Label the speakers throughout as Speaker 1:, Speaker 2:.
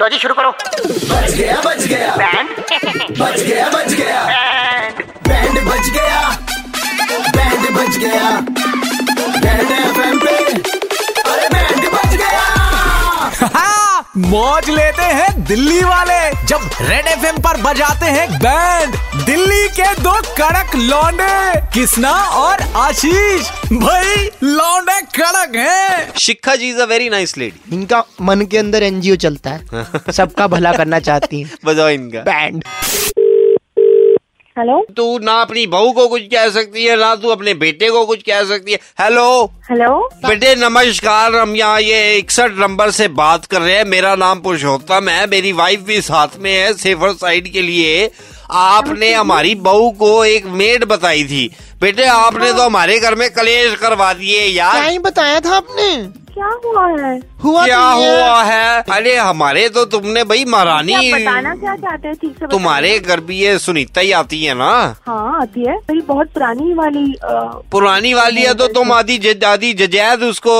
Speaker 1: लो जी शुरू करो
Speaker 2: बच गया बच गया
Speaker 1: बैंड
Speaker 2: बच गया बच गया बैंड बच गया बैंड बच गया बैंड एफएम पे अरे बैंड बच गया
Speaker 3: हाँ, मौज लेते हैं दिल्ली वाले जब रेड एफ पर बजाते हैं बैंड दिल्ली के दो कड़क लौंडे किसना और आशीष भाई लौंडे कड़क हैं
Speaker 4: Shikha ji is a very nice lady
Speaker 5: इनका मन के अंदर एनजीओ चलता है सबका भला करना चाहती है
Speaker 4: बजाओ इनका
Speaker 5: बैंड
Speaker 6: हेलो
Speaker 4: तू ना अपनी बहू को कुछ कह सकती है ना तू अपने बेटे को कुछ कह सकती है हेलो
Speaker 6: हेलो
Speaker 4: बेटे नमस्कार हम यहाँ ये इकसठ नंबर से बात कर रहे हैं मेरा नाम पुरुषोत्तम है मेरी वाइफ भी साथ में है सेफर साइड के लिए आपने हमारी बहू को एक मेड बताई थी बेटे आपने तो हमारे घर में कलेश करवा दिए
Speaker 5: क्या
Speaker 4: यार
Speaker 5: ही बताया था आपने
Speaker 6: क्या हुआ है
Speaker 5: हुआ
Speaker 4: क्या
Speaker 5: तो ये है।
Speaker 4: हुआ है अरे हमारे तो तुमने भाई
Speaker 6: क्या आप बताना
Speaker 4: महारानी
Speaker 6: क्या चाहते हो ठीक से बताइए।
Speaker 4: तुम्हारे घर भी ये सुनीता ही आती है ना
Speaker 6: हाँ आती है मेरी बहुत पुरानी वाली अ,
Speaker 4: पुरानी वाली है तो तुम आधी ज- आधी जजायद उसको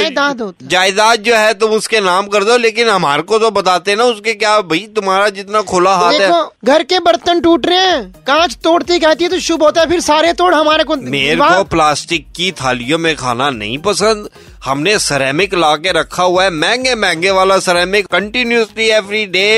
Speaker 5: जायदाद होता तो है।
Speaker 4: जायदाद जो है तुम उसके नाम कर दो लेकिन हमारे को तो बताते ना उसके क्या भाई तुम्हारा जितना खुला हाथ है
Speaker 5: देखो घर के बर्तन टूट रहे हैं कांच तोड़ती कहती है तो शुभ होता है फिर सारे तोड़ हमारे को
Speaker 4: मेरे
Speaker 5: वाह,
Speaker 4: को प्लास्टिक की थालियों में खाना नहीं पसंद हमने सेरेमिक ला के रखा हुआ है महंगे महंगे वाला ceramic continuously every day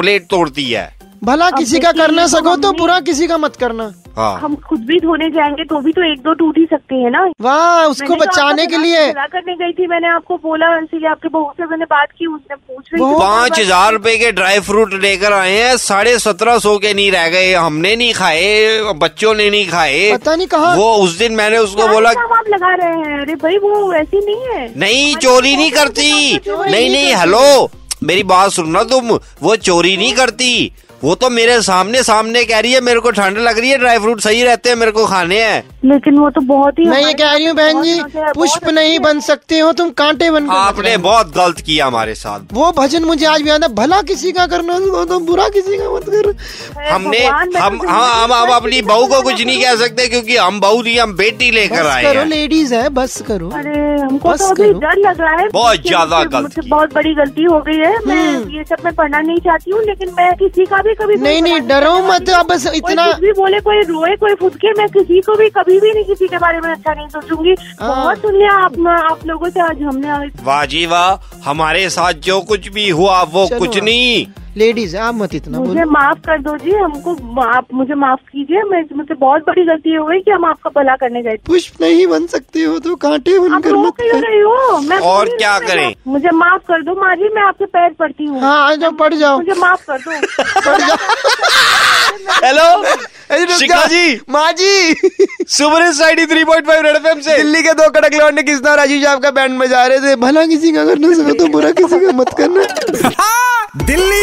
Speaker 4: plate तोड़ती है
Speaker 5: भला
Speaker 6: अब
Speaker 5: किसी का
Speaker 6: देखिए,
Speaker 5: करना
Speaker 6: ये तो
Speaker 5: सको तो
Speaker 6: हमने-
Speaker 5: बुरा किसी का मत करना
Speaker 4: हाँ
Speaker 6: हम खुद भी धोने जाएंगे तो भी तो एक दो टूट ही सकती है ना
Speaker 5: वाह
Speaker 6: मैंने
Speaker 5: उसको
Speaker 6: तो
Speaker 5: बचाने
Speaker 6: आपको
Speaker 5: के
Speaker 6: सलाह-
Speaker 5: लिए
Speaker 6: सलाह करने गई थी मैंने आपको बोला इसीलिए आपके बहू से मैंने बात की उसने पूछ रही थी
Speaker 5: बहुत-
Speaker 4: पाँच हजार रूपए के ड्राई फ्रूट लेकर आए हैं साढ़े सत्रह सौ के नहीं रह गए हमने नहीं खाए बच्चों ने नहीं खाए
Speaker 5: पता नहीं कहाँ-
Speaker 4: वो उस दिन मैंने उसको
Speaker 6: क्या
Speaker 4: बोला
Speaker 6: इल्जाम आप लगा रहे हैं अरे भाई वो ऐसी नहीं है
Speaker 4: नहीं चोरी नहीं करती
Speaker 5: चोरी
Speaker 4: नहीं
Speaker 5: नहीं
Speaker 4: नहीं
Speaker 5: करती।
Speaker 4: हेलो मेरी बात सुनना तुम वो चोरी नहीं करती वो तो मेरे सामने सामने कह रही है मेरे को ठंड लग रही है ड्राई फ्रूट सही रहते हैं मेरे को खाने हैं
Speaker 6: लेकिन वो तो बहुत ही
Speaker 5: मैं ये
Speaker 6: हमारे
Speaker 5: कह रही हूँ बहन
Speaker 6: बहुत
Speaker 5: जी
Speaker 6: नौकर है,
Speaker 5: पुष्प
Speaker 6: बहुत
Speaker 5: नहीं
Speaker 6: अच्छे
Speaker 5: बन सकते हो तुम कांटे बन कर बच
Speaker 4: आपने
Speaker 5: रहे हो।
Speaker 4: बहुत गलत किया हमारे साथ
Speaker 5: वो भजन मुझे आज भी याद है भला किसी का करना सको तो बुरा किसी का मत कर
Speaker 6: हैं।
Speaker 4: हमने
Speaker 6: भगवान, मैं तो
Speaker 4: हम हम
Speaker 6: जिंदगी
Speaker 4: हम
Speaker 6: में
Speaker 4: हम
Speaker 6: हर
Speaker 4: अपनी
Speaker 6: चीज़
Speaker 4: बहू
Speaker 6: का
Speaker 4: को कुछ नहीं कह सकते क्योंकि हम बहू नहीं हम बेटी लेकर
Speaker 5: बस
Speaker 4: आए
Speaker 5: करो
Speaker 4: हैं
Speaker 5: लेडीज है बस करो
Speaker 6: अरे हमको
Speaker 5: बस
Speaker 6: तो अभी
Speaker 5: करो।
Speaker 6: डर लग रहा है
Speaker 4: बहुत
Speaker 6: मुझसे-
Speaker 4: ज्यादा
Speaker 6: मुझसे-
Speaker 4: गलती।
Speaker 6: मुझसे बहुत बड़ी गलती हो गई है मैं
Speaker 5: हम्म।
Speaker 6: ये सब मैं पढ़ना नहीं चाहती हूँ लेकिन मैं किसी का भी कभी
Speaker 5: नहीं नहीं
Speaker 6: बुरा
Speaker 5: डरो
Speaker 6: नहीं
Speaker 5: मत
Speaker 6: चाहती।
Speaker 5: अब बस
Speaker 6: कोई
Speaker 5: इतना
Speaker 6: कुछ भी बोले कोई रोए कोई फुदके मैं किसी को भी कभी भी नहीं किसी के बारे में अच्छा नहीं सोचूंगी
Speaker 5: हाँ।
Speaker 6: बहुत सुन लिया आप आप लोगों से आज हमने आज
Speaker 4: वाह जी वाह हमारे साथ जो कुछ भी हुआ वो
Speaker 5: चलो
Speaker 4: कुछ
Speaker 5: आप।
Speaker 4: नहीं
Speaker 5: लेडीज है आप मत इतना
Speaker 6: मुझे
Speaker 5: बोलो
Speaker 6: माफ कर दो जी हमको आप मुझे माफ कीजिए मैं मुझसे बहुत बड़ी गलती हो गई कि हम आपका भला करने गए थे।
Speaker 5: पुष्प नहीं बन सकते हो तो कांटे बन
Speaker 6: आप
Speaker 5: कर
Speaker 6: रो
Speaker 5: मत
Speaker 6: क्यों
Speaker 5: कर
Speaker 6: रही हो मैं
Speaker 4: और
Speaker 6: बोल रही
Speaker 4: क्या
Speaker 6: हूँ, मैं-
Speaker 4: करें?
Speaker 6: मुझे माफ कर दो माँ जी मैं आपके पैर पड़ती हूँ
Speaker 5: हाँ आ जाओ पड़ जाओ
Speaker 6: मुझे माफ कर दो
Speaker 5: पड़ जाओ
Speaker 4: हेलो
Speaker 5: अरे रुक
Speaker 4: शिखा
Speaker 5: जाओ।
Speaker 4: जी।
Speaker 5: माँ जी
Speaker 4: super side three point five Red F से
Speaker 5: दिल्ली के दो कड़क लौंडे कृष्णा और राजीव साहब का बैंड बजा रहे थे भला किसी का करना सको तो बुरा किसी का मत करना
Speaker 3: हाँ, दिल्ली